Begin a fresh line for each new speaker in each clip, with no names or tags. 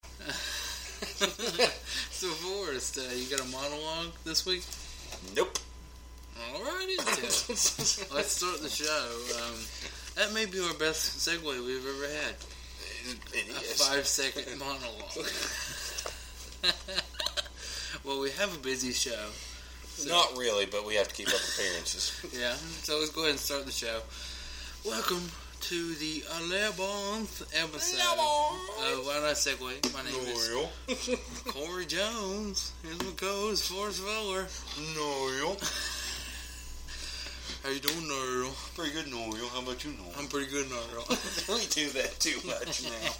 first. Uh, you got a monologue this week?
Nope.
Alrighty then. Let's start the show. Um, that may be our best segue we've ever had.
It
A
is.
five second monologue. well, we have a busy show.
Not really, but we have to keep up appearances.
Yeah, so let's go ahead and start the show. Welcome to the 11th episode of Why Not Segway. My name is
Noel.
Corey Jones. Here's my co-host, Forrest Fuller.
Noel.
How you doing, Earl?
Pretty good, Noel. How about you, Noel?
I'm pretty good, Earl.
we do that too much now.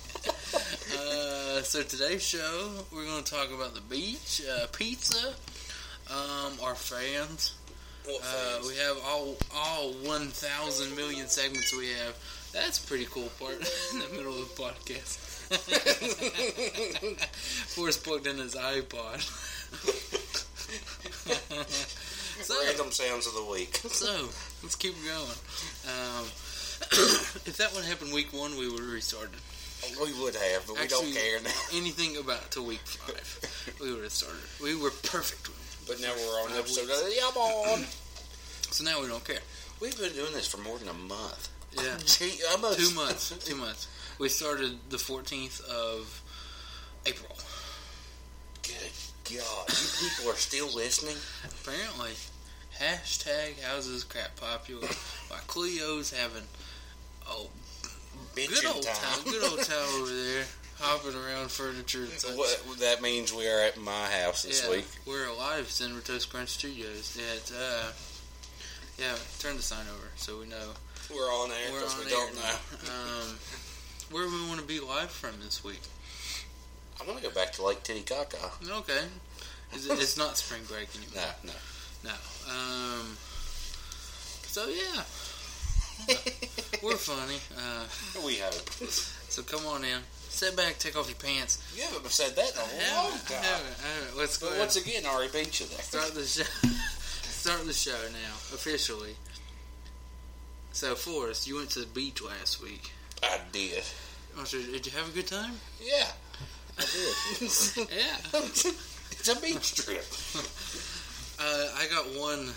uh, so today's show, we're going to talk about the beach, uh, pizza, um, our fans.
What
Uh, we have all all 1,000 million segments we have. That's a pretty cool part in the middle of the podcast. Forrest plugged in his iPod. so,
Random sounds of the week.
so, let's keep going. Um, if that one happened week one, we would have restarted.
We would have, but we
Actually-
don't care now.
Anything about to week five, we would have started. We were perfect.
But now we're on
Five
episode. Yum on.
So now we don't care.
We've been doing this for more than a month.
Yeah.
Gee, almost
two months. Two months. We started the 14th of April.
Good God, you people are still listening.
Apparently, hashtag houses crap popular. Why Cleo's having a
Bitching
good old
time.
time. Good old time over there, hopping around furniture and such.
What, that means we are at my house this
yeah,
week.
we're alive, Cinnamon Toast Crunch Studios. Yeah, it's, uh, yeah. Turn the sign over so we know.
We're on air
We're
because
on
we
air.
don't know.
Um, where we want to be live from this week?
I want to go back to Lake Titicaca.
Okay, Is it- it's not spring break anymore.
No, no.
No. Um, so yeah, we're funny. Uh,
we haven't.
so come on in, sit back, take off your pants.
You haven't said that in a
Have
long
it,
time.
have it, have it. Let's go.
But
ahead
once again, Ari beat you there.
start the show. start the show now, officially. So Forrest, you went to the beach last week.
I did.
Oh, so Did you have a good time?
Yeah, I did.
Yeah.
it's a beach trip.
Uh, I got one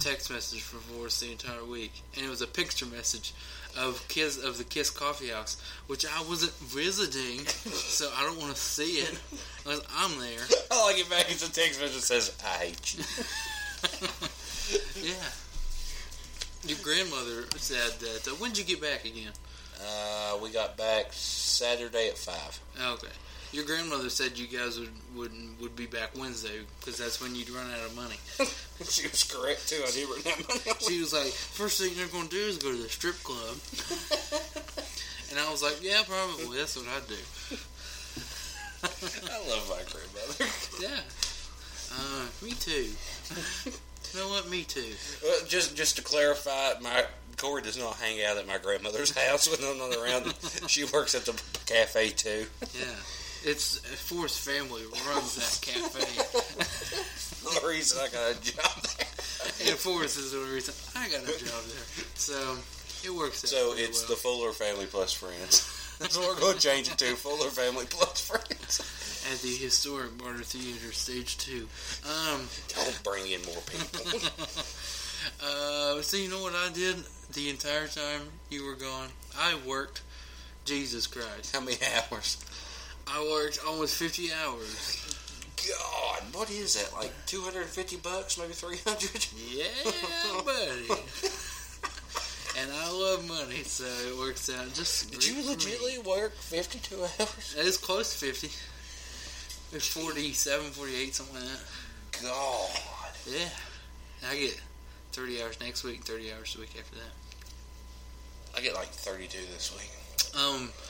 text message from Forrest the entire week, and it was a picture message of Kiss of the Kiss Coffee House, which I wasn't visiting, so I don't want to see it unless I'm there.
I like it back. It's a text message that says, I hate you.
Yeah. Your grandmother said that. Uh, when'd you get back again?
Uh, we got back Saturday at 5.
Okay. Your grandmother said you guys would would, would be back Wednesday because that's when you'd run out of money.
She was correct, too. I did run that money out.
She was like, first thing they're going to do is go to the strip club. and I was like, yeah, probably. That's what I'd do.
I love my grandmother.
Yeah. Uh, me too. you know what? Me too.
Well, just just to clarify, my Corey does not hang out at my grandmother's house when I'm not around. she works at the cafe too.
Yeah. It's Forrest family runs that cafe.
The reason I got a job there.
and Forrest is the only reason I got a job there. So it works out.
So
pretty
it's
Oh, well.
the Fuller Family Plus Friends. That's what we're going to change it to. Fuller Family Plus Friends.
at the historic Barter Theater Stage Two. Um
Don't bring in more people.
uh so you know what I did the entire time you were gone? I worked Jesus Christ.
How many hours?
I worked almost fifty hours.
God, what is that? Like 250 bucks, maybe 300?
Yeah, buddy. and I love money, so it works out just.
Did you
great for me.
legitimately work 52 hours?
It's close to 50. It's 47, 48, something like that.
God.
Yeah. And I get 30 hours next week, 30 hours the week after that.
I get like 32 this week.
Um,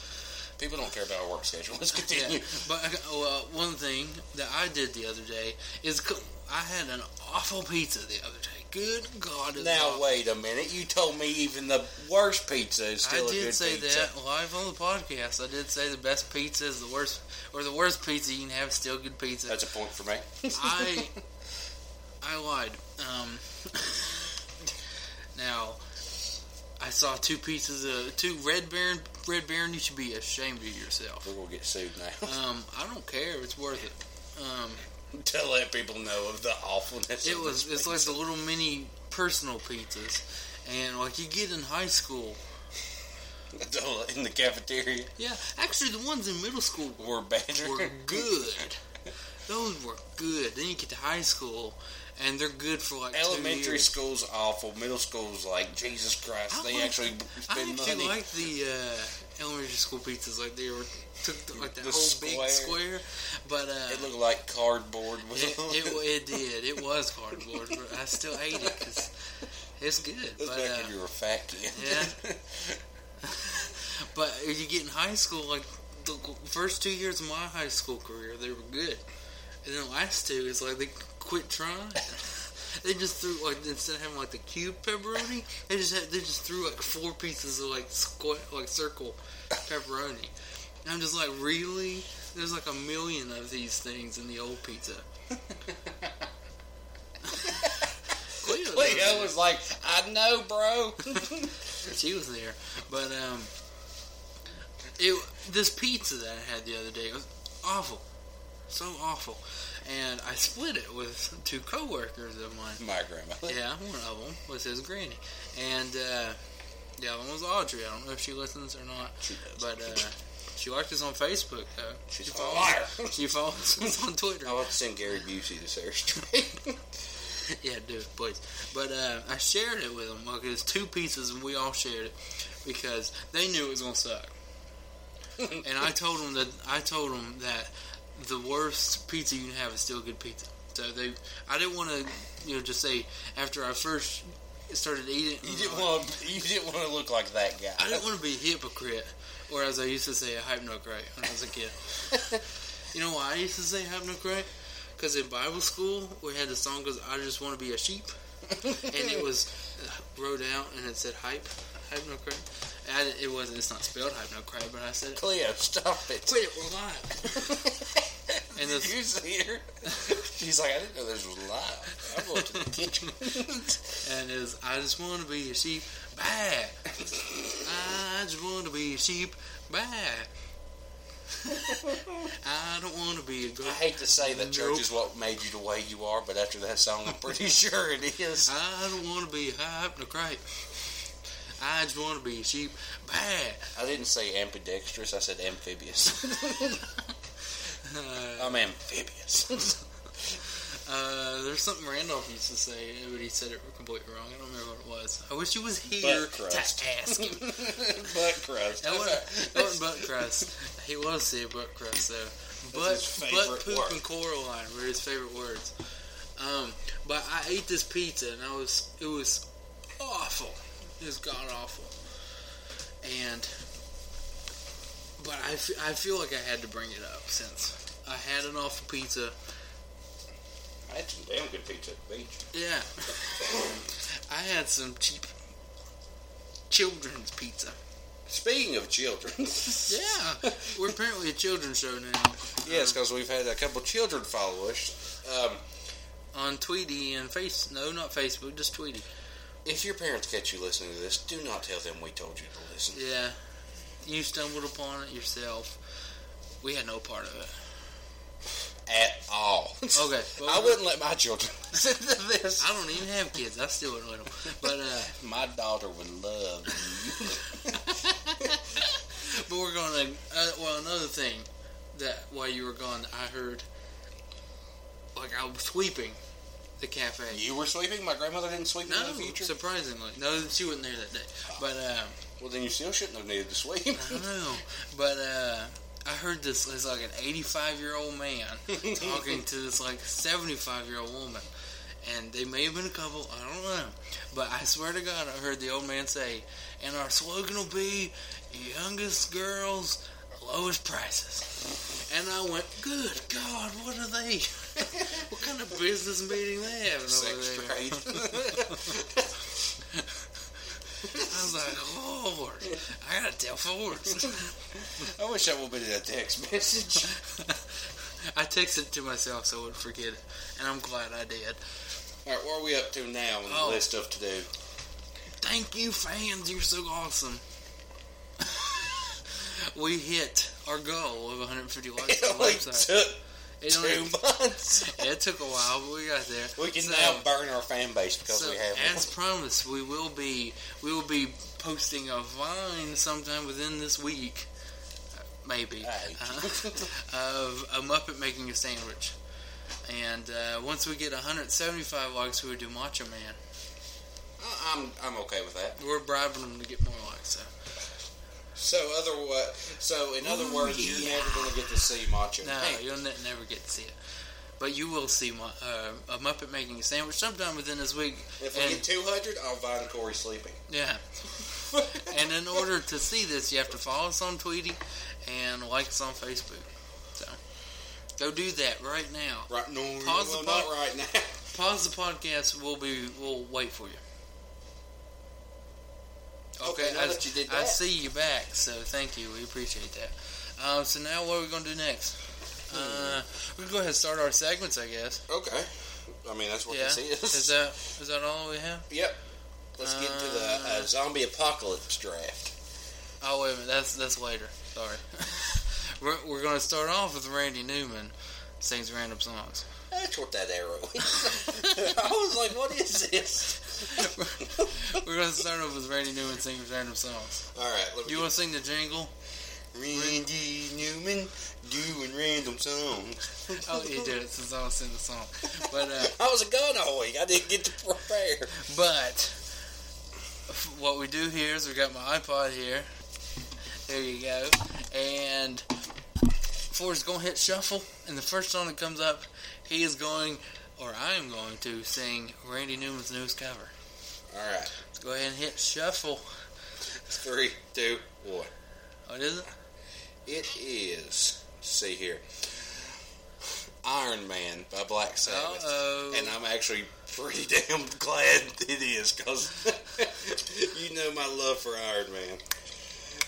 People don't care about our work schedule. Let's
yeah.
continue.
But, I- well, one thing that I did the other day is co- I had an awful pizza the other day. Good God. it was
Now
awful.
wait a minute. You told me even the worst pizza is still
I
a
did
good
say
pizza.
that live on the podcast. I did say the best pizza is the worst, or the worst pizza you can have is still good pizza.
That's a point for me.
I I lied. Um, now I saw two pieces of two Red Baron. Red Baron, you should be ashamed of yourself. Uh,
We're gonna get sued now.
Um, I don't care. It's worth it. Um,
to let people know of the awfulness.
It
of
was
this
it's like the little mini personal pizzas, and like you get in high school.
in the cafeteria
Yeah, actually the ones in middle school
were badger.
were good. Those were good. Then you get to high school, and they're good for like two
Elementary
years.
school's awful. Middle school's like Jesus Christ.
I
they
like-
actually
I
spend
actually
money.
like the uh, elementary school pizzas. Like they were took the, like that
The
whole
square.
big square, but uh,
it looked like cardboard. With
it, it, it did. It was cardboard, but I still ate it because it's good.
That's
but,
back
uh,
when you were a fat kid.
yeah. But if you get in high school, like the first two years of my high school career, they were good, and then the last two is like they quit trying. they just threw like instead of having like the cube pepperoni, they just had, they just threw like four pieces of like square like circle pepperoni. And I'm just like, really? There's like a million of these things in the old pizza. Cleo knows
Leo was like, I know, bro.
she was there. But um, it this pizza that I had the other day was awful, so awful, and I split it with two coworkers of mine.
My grandma.
Yeah, one of them was his granny, and uh, the other one was Audrey. I don't know if she listens or not,
She does.
but uh, she liked us on Facebook though.
She's
she
a
follows-
liar.
She follows us on Twitter.
I want to send Gary Busey to Sarah Strait.
Yeah, do it, please. But uh, I shared it with them. Like, it was two pieces, and we all shared it because they knew it was gonna suck. and I told them that I told them that the worst pizza you can have is still good pizza. So they, I didn't want to, you know, just say after I first started eating. uh,
you didn't want. To, you didn't want to look like that guy.
I didn't want to be a hypocrite, or as I used to say, a hypnocrat when I was a kid. you know why I used to say hypnocrat? Because in Bible school, we had the song "Cause I Just Want to Be a Sheep," and it was uh, wrote out and it said "hype hypnocrat." And I, didn't- it wasn't. It's not spelled hypnocrat, but I said it.
Cleo, stop it.
Quit it, we're live. And
Did
the-
you see her? She's like, I didn't know this was live. I'm going to the kitchen.
And it was "I Just Want to Be a Sheep." Bad. I just want to be a sheep. Bad. I don't want to be a goat.
I hate to say that church
Nope.
is what made you the way you are, but after that song, I'm pretty sure it is.
I don't want to be hyped or crap. I just want to be sheep. Bad.
I didn't say ambidextrous. I said amphibious.
Uh,
I'm amphibious.
uh, there's something Randolph used to say, but he said it completely wrong. I don't remember what it was. I wish he was here
Butt
to
crust.
ask him.
butt crust.
That wasn't, that wasn't butt crust. He was saying butt crust though.
That's
Butt,
his
butt
favorite
poop
word.
and Coraline were his favorite words. Um, but I ate this pizza and I was it was awful. It was god awful. And but I, f- I feel like I had to bring it up since I had an awful pizza.
I had some damn good pizza at the beach.
Yeah, I had some cheap children's pizza.
Speaking of children, yes,
Yeah, we're apparently a children's show now.
because we've had a couple children follow us. Um,
on Tweety and Face. No, not Facebook, just Tweety.
if your parents catch you listening to this, do not tell them we told you to listen.
Yeah, you stumbled upon it yourself. We had no part of it.
at all.
Okay, well-
I wouldn't let my children listen to this.
I don't even have kids. I still wouldn't let 'em. But uh,
My daughter would love you.
but we're gonna. Uh, well, another thing that while you were gone, I heard like I was sweeping the cafe.
You were sweeping? My grandmother didn't sweep
No,
in the future?
surprisingly, no, she wasn't there that day. But um,
well, then you still shouldn't have needed to sweep.
I don't know. But uh, I heard this it's like an 85 year old man talking to this like 75 year old woman. And they may have been a couple, I don't know. But I swear to God, I heard the old man say, and our slogan will be youngest girls, lowest prices. And I went, good God, what are they? what kind of business meeting they having over
Sex
there?
trade.
I was like, Lord, I gotta tell Forbes.
I wish I would have been in a text message.
I texted to myself so I wouldn't forget it, and I'm glad I did.
All right, what are we up to now on the
Oh.
list of to do?
Thank you, fans. You're so awesome. we hit our goal of 150 likes
It
on the
only
website.
took
It, don't-
two months.
it took a while, but we got there.
We can
So-
now burn our fan base because
So
we have
as promised, we will be we will be posting a vine sometime within this week, uh, maybe,
Aye.
uh, of a Muppet making a sandwich. And uh, once we get 175 likes, we would do Macho Man.
I- I'm I'm okay with that.
We're bribing them to get more likes. So.
So other wo- so in other
Ooh,
words,
yeah.
you're never going to get to see Macho.
No,
Man.
you'll ne- never get to see it. But you will see Mu- uh, a Muppet making a sandwich sometime within this week.
If we
and-
get 200, I'll find Corey sleeping.
Yeah. and in order to see this, you have to follow us on Tweety and like us on Facebook. So go do that right now.
Right? No, no,
Pause
no,
the
not
pod-
right now.
Pause the podcast. We'll be. We'll wait for you.
Okay, now
I,
that you did
I
that.
see you back. So thank you. We appreciate that. Um, so now what are we gonna do next?
Hmm.
Uh, we can go ahead and start our segments, I guess.
Okay. I mean, that's what
yeah. uh,
this is.
Is that is that all we have?
yep. Let's get to the uh, zombie apocalypse draft.
Oh wait a minute, that's that's later. Sorry. we're we're gonna start off with Randy Newman sings random songs.
That's what that arrow is. I was like, what is this?
We're gonna start off with Randy Newman singing random songs.
All right, let me.
You wanna sing the jingle?
Randy Newman doing random songs.
Oh you did it since I was singing the song. But uh
I was gone all week. I didn't get to prepare.
but what we do here is we got my iPod here. There you go. And Forrest gonna hit shuffle and the first song that comes up he is going or I am going to sing Randy Newman's newest cover.
All right,
Go ahead and hit shuffle.
three, two, one.
What is it?
It is. let's see here. Iron Man by Black Sabbath.
Uh-oh.
And I'm actually pretty damn glad it is because you know my love for Iron Man.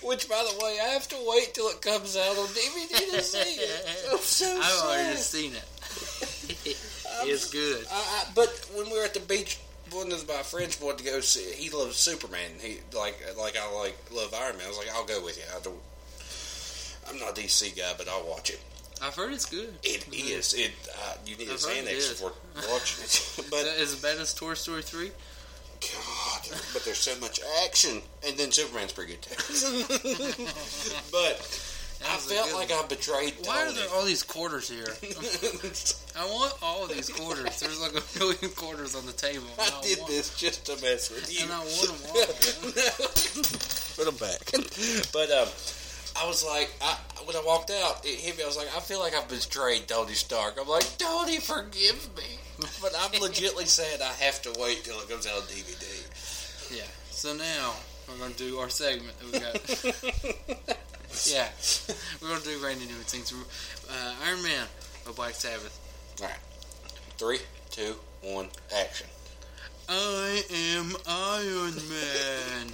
Which, by the way, I have to wait till it comes out on DVD to see it. I'm so
I've
sad.
already seen it. it's good.
I, I, but when we were at the beach, one of my friends wanted to go see. He loves Superman. He like like I like love Iron Man. I was like, I'll go with you. I don't. I'm not a DC guy, but I'll watch it.
I've heard it's good.
It is. It. Uh, you need a
I've heard it
Xanax
is.
before watching it. but
Is it bad as Toy Story 3?
God, but there's so much action, and then Superman's pretty good too. but I
was a
felt
good
like I betrayed.
Why are
Tony.
there all these quarters here? I want all of these quarters. There's like a million quarters on the table. and
I did
want,
this just to mess with you.
And I want them all.
Put them back. but um, I was like, I, when I walked out, it hit me. I was like, I feel like I've betrayed Tony Stark. I'm like, Tony, forgive me. But I'm legitly saying I have to wait till it comes out on DVD.
yeah. So now we're going to do our segment that we got. yeah. We're going to do Randy Newman things. Uh, Iron Man by Black Sabbath.
All right, three, two, one, action.
I am Iron Man.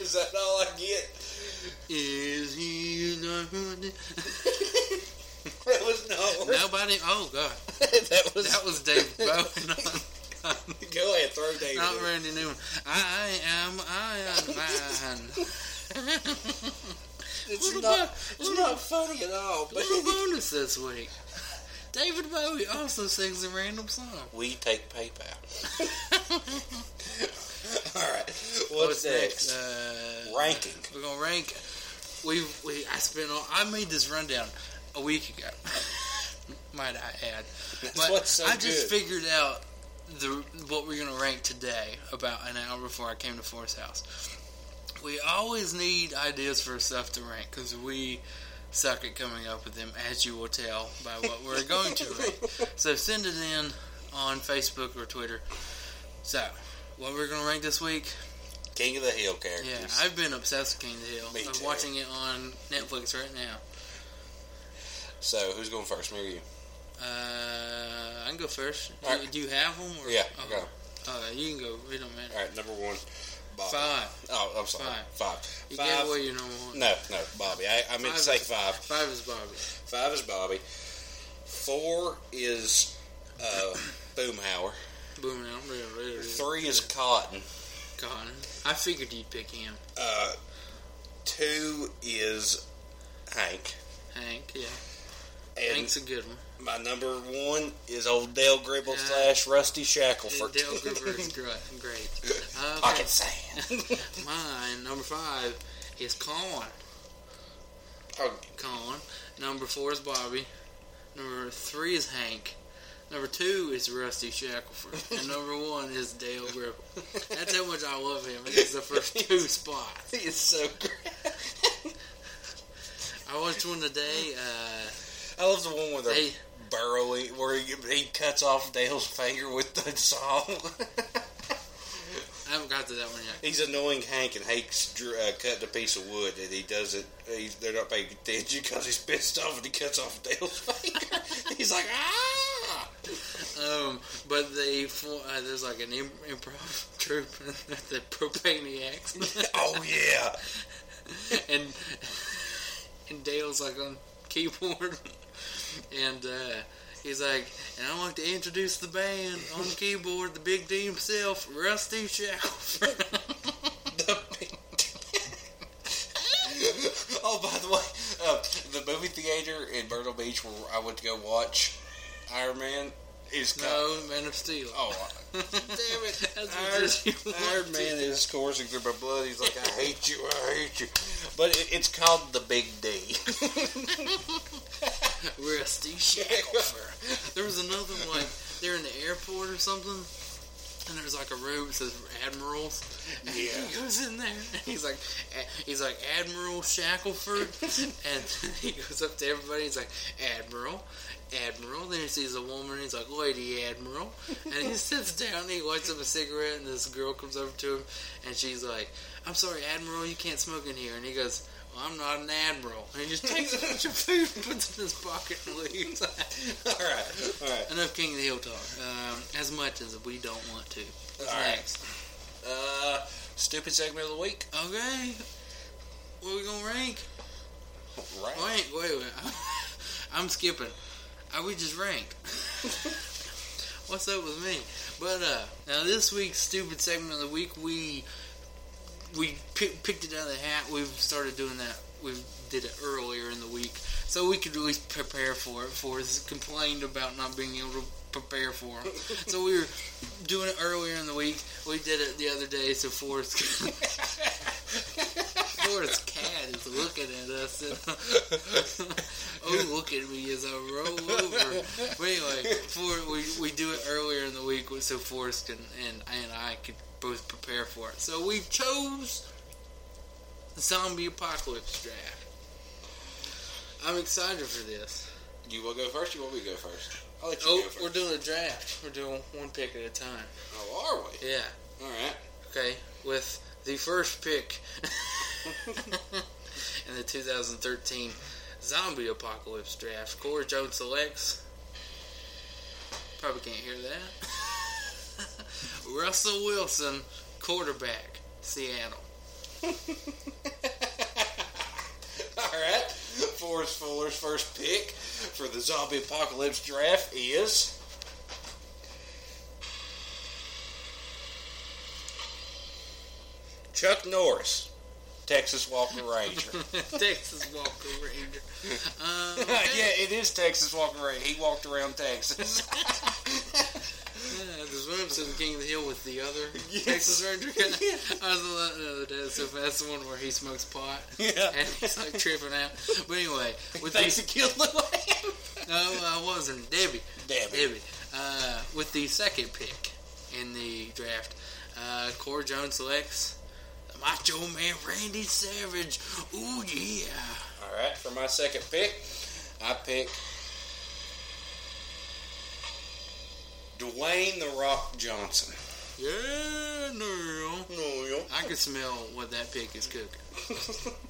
Is that all I get?
Is he not?
That was not.
Nobody. Oh god,
that was.
that was Dave Bowie,
Go ahead, throw David.
not, not Randy Newman. I am Iron Man.
It's
What
not.
about-
It's not funny at all. But
Little bonus this week. David Bowie also sings a random song.
we take PayPal. all right. What's,
What's next?
next?
Uh,
Ranking.
we're gonna rank. We we I spent all I made this rundown a week ago. Might I add? but
what's so
I just
good.
figured out the what we're gonna rank today about an hour before I came to Forest House. We always need ideas for stuff to rank because we suck at coming up with them, as you will tell by what we're going to rank. So send it in on Facebook or Twitter. So what we're gonna rank this week?
King of the Hill characters.
Yeah, I've been obsessed with King of the Hill.
Me
I'm
too.
watching it on Netflix right now.
so who's going first? Me or you?
Uh, I can go first. Do,
Alright.
do you have them? Or,
Yeah,
Oh,
I got 'em.
Uh, you can go. It don't matter.
All right, number one. Bobby.
Five.
Oh, I'm sorry. Five.
You
Five.
gave away your number one.
No, no, Bobby. I, I meant to say
Five is-
five.
Five is Bobby.
Five is Bobby. Four is uh, Boomhauer.
Boom, I'm ready, ready, ready.
Three is Cotton.
Gone. I figured you'd pick him.
Uh, two is Hank.
Hank, yeah. It's a good one.
My number one is old Dale Gribble
Yeah.
slash Rusty Shackleford.
Dale Gruber is gr- great. Okay.
Pocket sand.
Mine, number five, is Con.
oh,
Con. Number four is Bobby. Number three is Hank. Number two is Rusty Shackelford. and number one is Dale Gribble. That's how much I love him. It's the first two spots.
he is so great.
I watched one today. Uh,
I love the one where they're
Hey.
burrowing, where he, he cuts off Dale's finger with the saw.
I haven't got to that one yet.
He's annoying Hank, and Hank's dr- uh, cutting a piece of wood, and he doesn't. He's, they're not paying attention because he's pissed off, and he cuts off Dale's finger. he's like, ah!
Um, but they fo- uh, there's like an im- improv troupe, the Propaniacs,
Oh yeah,
and and Dale's like on keyboard, and uh, he's like, and I want to introduce the band on keyboard, the Big D himself, Rusty Shackelford.
the big. oh, by the way, uh, the movie theater in Myrtle Beach where I went to go watch Iron Man is called.
no, Man of Steel.
Oh, damn it!
That's what
Iron,
you
Iron
wanted.
Man is coursing through my blood. He's like, I hate you, I hate you. But it, it's called the Big D.
Rusty Shackelford. there was another one like they're in the airport or something, and there's like a room that says Admirals. And He goes in there and he's like, eh, he's like Admiral Shackelford, and he goes up to everybody. He's like Admiral, Admiral. Then he sees a woman. He's like Lady Admiral, and he sits down. and He lights up a cigarette, and this girl comes over to him, and she's like, "I'm sorry, Admiral, you can't smoke in here." And he goes. Well, I'm not an admiral. And he just takes a bunch of food, and puts it in his pocket, and leaves.
all right, all right.
Enough King of the Hill talk. Um, as much as we don't want to. What's
All right.
next?
Uh, stupid segment of the week.
Okay. What are we gonna rank? Oh,
Right.
Wait, wait, wait. I'm skipping. I we just ranked. What's up with me? But uh, now this week's stupid segment of the week, we we pick, picked it out of the hat. We've started doing that. We did it earlier in the week, so we could at least prepare for it. For us complained about not being able to prepare for them, so we were doing it earlier in the week. We did it the other day, so Forrest Forrest Cat is looking at us. And, oh, look at me as I roll over. But anyway, for we we do it earlier in the week, so Forrest can, and and I could both prepare for it. So we chose the zombie apocalypse draft. I'm excited for this.
You will go first. You want me to go first? I'll let you
Oh,
go first.
we're doing a draft. We're doing one pick at a time.
Oh, are we?
Yeah.
All right.
Okay. With the first pick in the 2013 zombie apocalypse draft, Corey Jones selects. Probably can't hear that. Russell Wilson, quarterback, Seattle.
All right. Forrest Fuller's first pick for the zombie apocalypse draft is Chuck Norris, Texas Walker Ranger.
Texas Walker Ranger. Um,
yeah, it is Texas Walker Ranger. He walked around Texas.
Yeah, there's one episode of King of the Hill with the other
Yes.
Texas Ranger guy.
Yeah.
I was laughing the other day. So that's the one where he smokes pot
yeah.
and he's like tripping out. But anyway, with
Thanks
the,
to kill the lamb.
no, I wasn't Debbie.
Damn it.
Debbie. Uh, with the second pick in the draft, uh, Core Jones selects the Macho Man Randy Savage. Ooh yeah.
All right, for my second pick, I pick Dwayne the Rock Johnson.
Yeah, no.
No,
I can smell what that pick is cooking.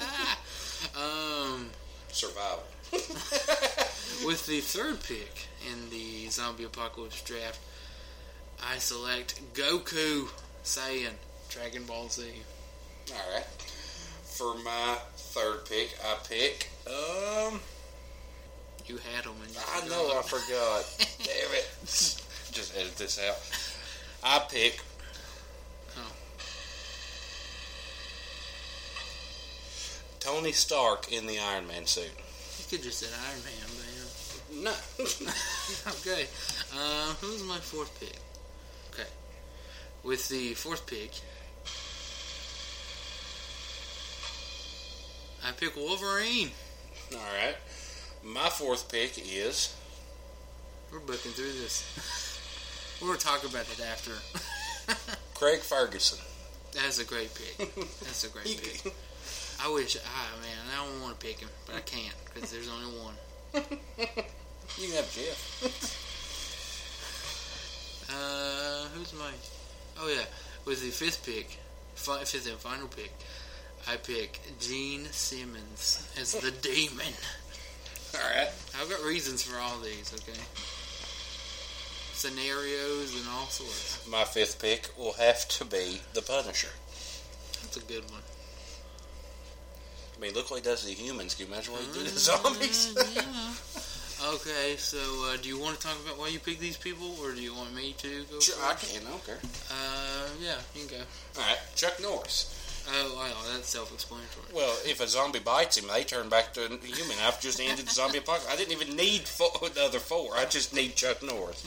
um,
survival.
with the third pick in the zombie apocalypse draft, I select Goku Saiyan Dragon Ball Z.
All right, for my third pick, I pick. Um,
You had him, and you
I know I forgot. Damn it! Just edit this out. I pick.
Oh.
Tony Stark in the Iron Man suit.
could just said Iron Man,
No.
but yeah. okay. Uh, who's my fourth pick? Okay. With the fourth pick, I pick Wolverine.
All right. My fourth pick is
We're booking through this. We're talking about that after.
Craig Ferguson.
That's a great pick. That's a great pick. I wish, ah, man, I don't want to pick him, but I can't because there's only one.
You can have Jeff.
Uh, who's my? Oh yeah, with the fifth pick, fi- fifth and final pick, I pick Gene Simmons as the demon.
All right.
I've got reasons for all these, okay? Scenarios and all sorts.
My fifth pick will have to be the Punisher.
That's a good one.
I mean, look what he does to the humans. Can you imagine what he did to zombies?
Uh, yeah. Okay, so uh, do you want to talk about why you pick these people, or do you want me to go?
Sure, I
first?
can. I don't care.
Uh, yeah, you can go.
All right. Chuck Norris.
Oh, wow, that's self-explanatory.
Well, if a zombie bites him, they turn back to a human. I've just ended the zombie apocalypse. I didn't even need four, the other four. I just need Chuck Norris.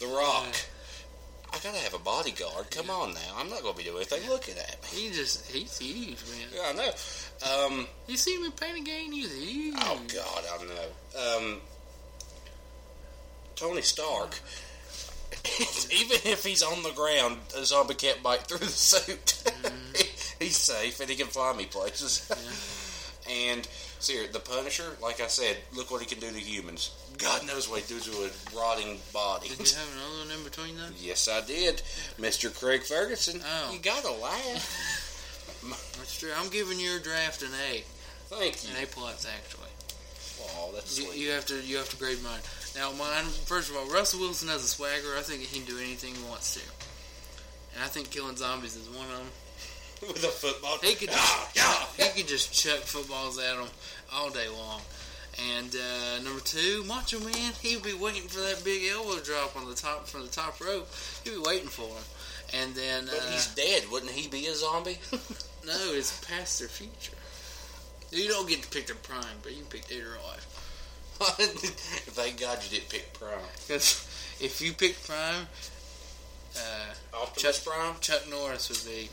the Rock. I gotta have a bodyguard. Come on now. I'm not gonna be doing anything looking at me.
He just—he's huge, man.
Yeah, I know. Um,
You see him in Pain and Gain? He's huge.
Oh God, I know. Um, Tony Stark. Even if he's on the ground, a zombie can't bite through the suit.
Mm-hmm.
he's safe and he can fly me places. and see, the Punisher, like I said, look what he can do to humans. God knows what he do to a rotting body.
Did you have another one in between those?
yes, I did, Mister Craig Ferguson.
Oh.
You gotta laugh.
That's true. I'm giving your draft an A,
Thank you.
an A plus actually.
Oh, that's
You,
sweet.
you have to you have to grade mine. Now mine, first of all, Russell Wilson has a swagger. I think he can do anything he wants to, and I think killing zombies is one of them.
With a football.
He could
Ah,
just
yeah.
he could just chuck footballs at them all day long. And uh, number two, Macho Man, he'd be waiting for that big elbow drop on the top from the top rope. He'd be waiting for him. And then
But
uh,
he's dead. Wouldn't he be a zombie?
No, it's past their future. You don't get to pick their prime, but you can pick their life.
Thank God you didn't pick Prime.
Because if you pick prime, uh,
Optimus Prime?
Chuck Norris would be.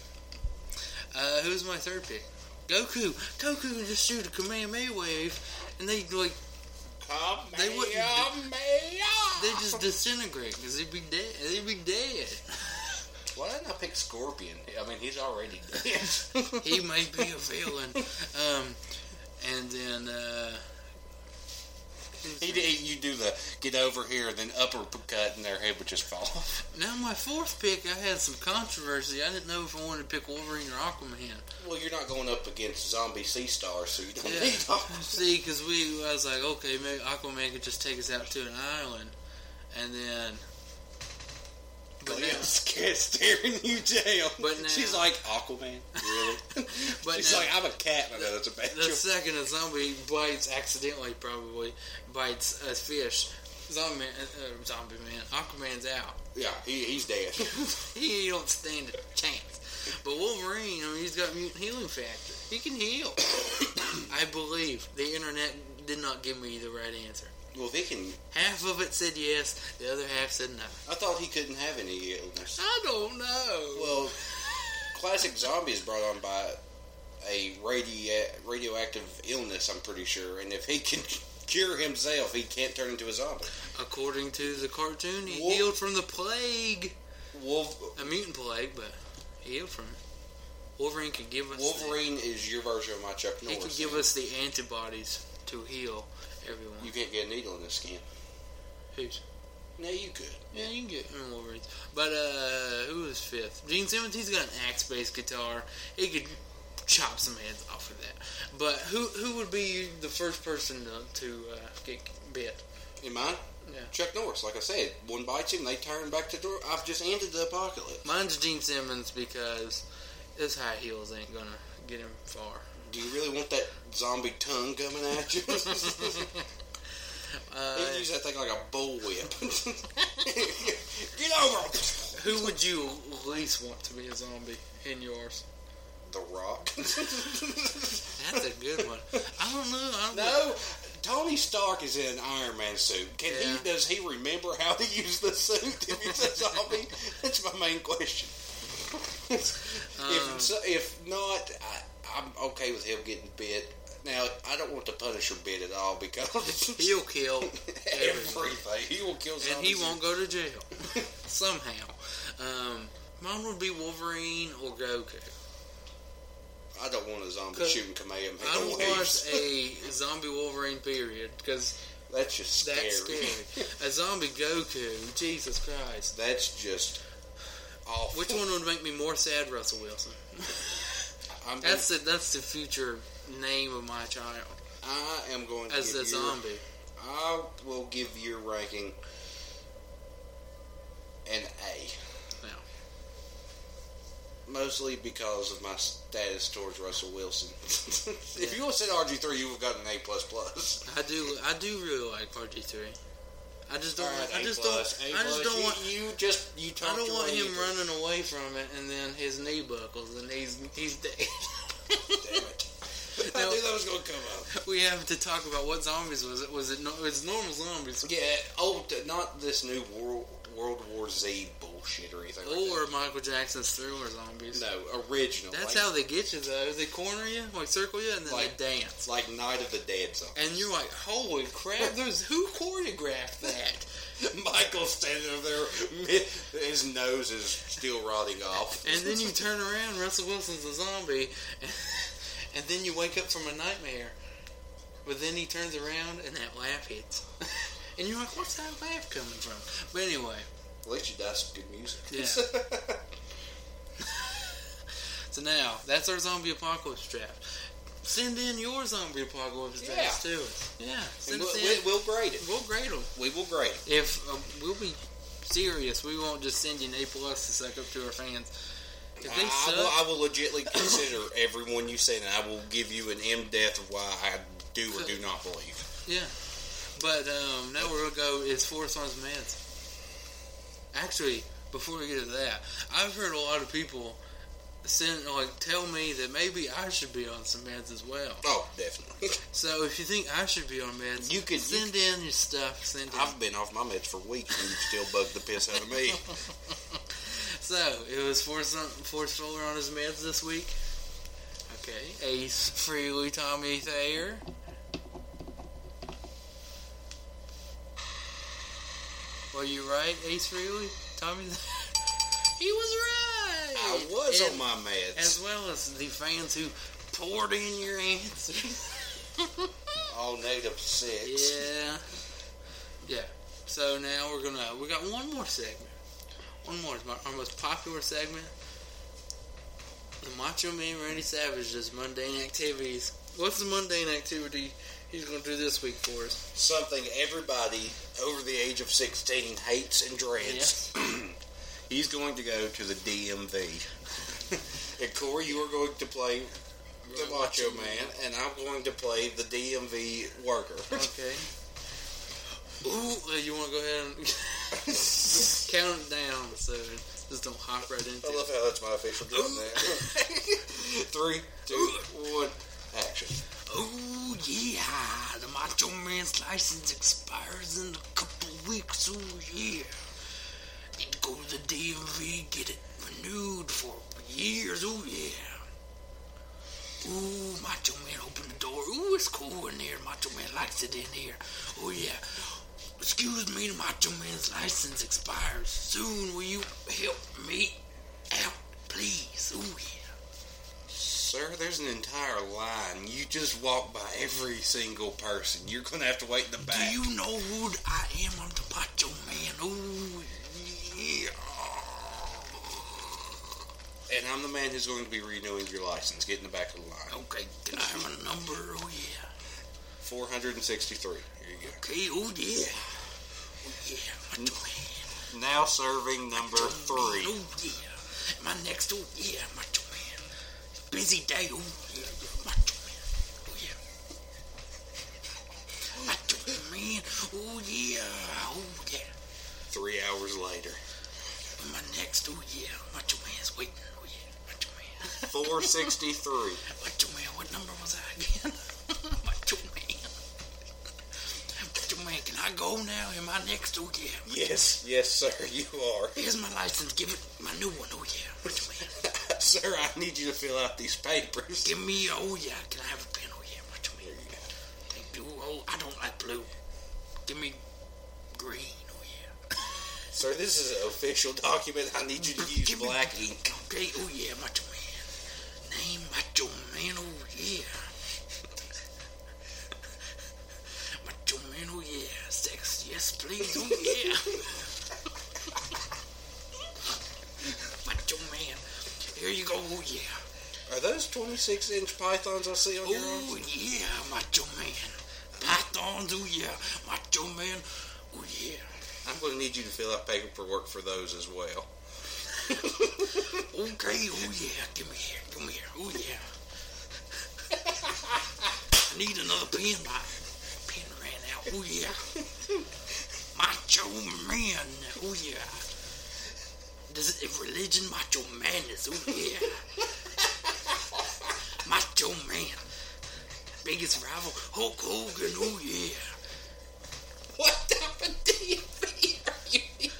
Uh, who's my third pick? Goku. Goku would just shoot a Kamehameha wave, and they like
Come
They wouldn't do- they
They
just disintegrate because they'd be dead. They'd be dead.
Why didn't I pick Scorpion? I mean, he's already dead.
He may be a villain. Um, and then uh,
he did, you do the get over here, then uppercut, and their head would just fall. off.
now my fourth pick, I had some controversy. I didn't know if I wanted to pick Wolverine or Aquaman.
Well, you're not going up against zombie sea stars, so you don't
Yeah.
need Aquaman.
See, because we, I was like, okay, maybe Aquaman could just take us out to an island, and then. But now,
This cat's staring you down.
But now-
She's like, Aquaman? Really?
But
She's
now-
like, I'm a cat. I know that's a bad
the
joke.
second a zombie bites accidentally, probably bites a fish, zombie man, uh, uh, zombie man, Aquaman's out.
Yeah, he, he's dead.
He don't stand a chance. But Wolverine, I mean, he's got mutant healing factor. He can heal. I believe the internet did not give me the right answer.
well, they can.
Half of it said yes, the other half said no.
I thought he couldn't have any illness.
I don't know.
Well, classic zombie is brought on by a radio radioactive illness. I'm pretty sure, and if he can cure himself, he can't turn into a zombie.
According to the cartoon, he
Wolf-
healed from the plague.
Wolf,
A mutant plague, but he healed from it. Wolverine could give us the-
Wolverine is your version of my Chuck
he
Norris.
could give us the antibodies to heal everyone.
You can't get a needle in his skin.
Who's?
No, you could.
Yeah, you can get I mean, Wolverines. Mm, But uh who was fifth? Gene Simmons, he's got an axe based guitar. He could chop some heads off of that. But who who would be the first person to, to uh, get bit?
In mine,
Yeah.
Chuck Norris. Like I said, one bites him, they turn back to door. I've just ended the apocalypse.
Mine's Gene Simmons because his high heels ain't gonna get him far.
Do you really want that zombie tongue coming at you?
Uh,
He'd use that thing like a bullwhip. get over him.
Who would you least want to be a zombie in yours?
The Rock.
That's a good one. I don't know. I don't
No, Tony Stark is in an Iron Man suit. Can
Yeah.
he does he remember how to use the suit if he's a zombie? That's my main question.
Um.
if so, if not, I, I'm okay with him getting bit. Now I don't want the Punisher bit at all because
He'll kill everything.
everything he will kill zombies.
and he won't go to jail somehow. Um, mine would be Wolverine or Goku.
I don't want a zombie
'Cause
shooting command.
I
man.
would watch a zombie Wolverine period because
That's just scary.
that's scary. A zombie Goku, Jesus Christ.
That's just awful.
Which one would make me more sad, Russell Wilson?
I'm gonna-
That's the that's the future name of my child
I am going to
as
give
a
your-
zombie.
I will give your ranking an A,
Now,
mostly because of my status towards Russell Wilson. if you would said RG three, you would have gotten an A plus plus.
I do I do really like RG three. I just don't like, I
A
just
plus,
don't
A
I just
plus.
don't
you,
want
you just you.
I
talked
don't
your
want
way
him
into it.
running away from it and then his knee buckles and he's he's dead.
Damn it! I
Now-
knew that was going to come up.
we have to talk about what zombies was it? Was it no, it's normal zombies
Yeah. Oh, d- not this new World World War Z bullshit or anything.
or
like
Michael Jackson's Thriller zombies?
that. no original.
That's
like,
how they get you though. They corner you, like circle you, and then
Like-
they dance.
It's like Night of the Dead song.
And you're like, holy crap! There's who choreographed that?
Michael standing over there, mi- his nose is still rotting off.
And then you turn around, Russell Wilson's a zombie, and, and then you wake up from a nightmare. But then he turns around and that laugh hits, and you're like, what's that laugh coming from? But anyway,
At least you got some good music.
Yeah. So now that's our zombie apocalypse draft. Send in your zombie apocalypse
Yeah.
drafts to us. Yeah,
and
send
we'll,
us in.
we- we'll grade it.
We'll grade them.
We will grade it.
If uh, we'll be serious, we won't just send you an A plus to suck up to our fans. If
I,
they
I
suck,
will, I will legitimately consider everyone you say, and I will give you an in depth of why I do or do not believe.
yeah. But um, now we're gonna go is Forrest Sons Meds. Actually, before we get to that, I've heard a lot of people send like tell me that maybe I should be on some meds as well.
Oh, definitely.
So if you think I should be on meds,
You could- you
send in your stuff. Send in.
I've been off my meds for weeks, and you still bug the piss out of me.
so it was Forrest on, Forrest Fuller on his meds this week. Okay, Ace Freely, Tommy Thayer. Were you right, Ace Freely, Tommy? Thayer? he was right.
I was
And-
on my meds.
as well as the fans who poured in your answers.
all negative six.
Yeah. Yeah. So now we're gonna we got one more segment. One more is my, our most popular segment. The Macho Man Randy Savage does mundane activities. What's the mundane activity he's gonna do this week for us?
Something everybody over the age of 16 hates and dreads. He's going to go to the DMV. and Corey, you are going to play the Macho Man, and I'm going to play the DMV worker.
Okay. Ooh, uh, you want to go ahead and count it down so just don't hop right into
I
it.
love how that's my official job now. Three, two, one, action.
Oh yeah, the Macho Man's license expires in a couple weeks. Oh yeah, need to go to the DMV get it renewed for years. Oh yeah. Ooh, Macho Man, open the door. Ooh, it's cool in here. Macho Man likes it in here. Oh yeah. Excuse me, the Macho Man's license expires soon. Will you help me out, please? Oh yeah.
Sir, there's an entire line. You just walk by every single person. You're going to have to wait in the back.
Do you know who I am? I'm the Macho Man. Ooh, yeah.
And I'm the man who's going to be renewing your license. Get in the back of the line.
Okay, can I have a number? Oh, yeah.
463. Here you
Okay, oh, yeah. Oh, yeah, Macho Man.
go. Now serving number three.
Oh, yeah. Am I next? Oh, yeah, Macho Man. Busy day. Oh, yeah, yeah, Macho Man. Oh, yeah. Macho Man. Oh, yeah. Oh, yeah.
Three hours later.
Am I next? Oh, yeah. Macho Man's waiting. Oh, yeah, Macho Man.
463.
Macho Man, what number was I again? Macho Man. I go now? Am I next? Oh yeah.
Yes, yes, sir, you are.
Here's my license. Give it my new one. Oh yeah. What do you mean?
sir, I need you to fill out these papers.
Give me. Oh yeah. Can I have a pen? Oh yeah. What do you mean? Thank you. Oh, I don't like blue. Give me green. Oh yeah.
Sir, this is an official document. I need you to use
Give me-
black ink.
Okay. Oh yeah. Macho man. Name Macho man. Oh yeah. Macho man. Oh yeah. Sex. Yes, please. Oh yeah. Macho man. Here you go. Oh yeah.
Are those 26 inch pythons I see on your arms?
Oh yeah, Macho man. Pythons. Oh yeah. Macho man. Oh yeah.
I'm going to need you to fill out paperwork for those as well.
Okay, oh yeah, give me here, give me here, oh yeah. I need another pen, my pen ran out, oh yeah. Macho man, oh yeah. This is religion, macho madness, oh yeah. Macho man, biggest rival, Hulk Hogan, oh yeah.
What type of DMV are you in?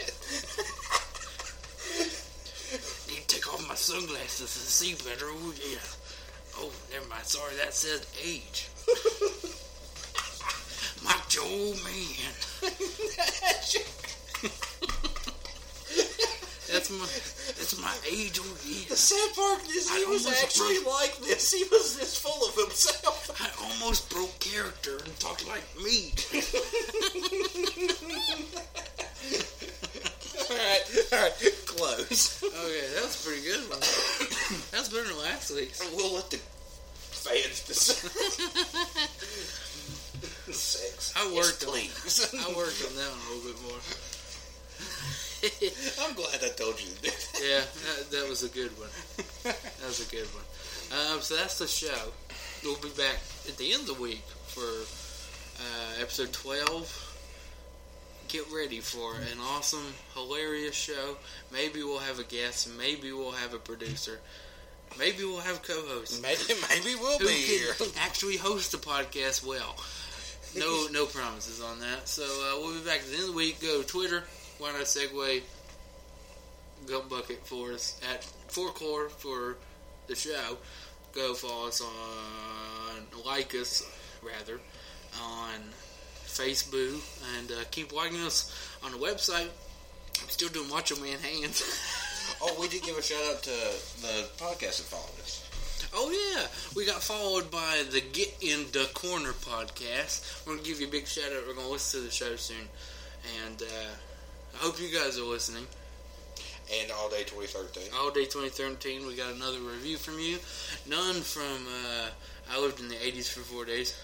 Need to take off my sunglasses and see better, oh yeah. Oh, never mind, sorry, that says age. Macho man. That's my that's my age oh
The
yeah.
sad part is
I
he was
almost
actually
broke-
like this. He was this full of himself.
I almost broke character and talked like me.
All right, all right, close.
Okay, that was a pretty good one. That's better than last week's.
We'll let the fans decide. Sex.
I worked on
Yes, please.
I worked on that one a little bit more.
I'm glad I told you to do that.
Yeah, that, that was a good one. That was a good one. Um, so that's the show. We'll be back at the end of the week for uh, episode 12. Get ready for an awesome, hilarious show. Maybe we'll have a guest. Maybe we'll have a producer. Maybe we'll have co hosts.
Maybe, maybe we'll
Who
be here.
can actually host the podcast well? No, no promises on that. So uh, we'll be back at the end of the week. Go to Twitter. Why not segue Gump Bucket for us at Four Core for the show. Go follow us on, like us rather, on Facebook, and uh, keep liking us on the website. I'm still doing Macho Man hands.
Oh, we did give a shout out to the podcast that followed us.
Oh yeah, we got followed by the Get in the Corner podcast. We're gonna give you a big shout out. We're gonna listen to the show soon, and uh, I hope you guys are listening.
And all day 2013.
All day 2013, we got another review from you. None from uh, I lived in the 80s for four days.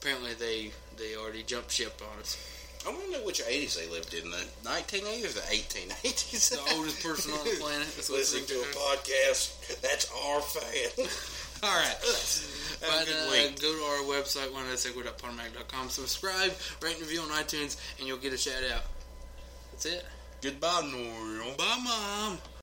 Apparently they they already jumped ship on us.
I want to know which 80s they lived in, the 1980s or the 1880s?
The oldest person on the planet. That's what
Listening to a podcast, that's our fan.
All right.
Have a
But,
good
uh,
week.
go to our website, onesegway.podomatic.com. Subscribe, rate, and review on iTunes, and you'll get a shout out. That's it.
Goodbye, Noel.
Bye, Mom.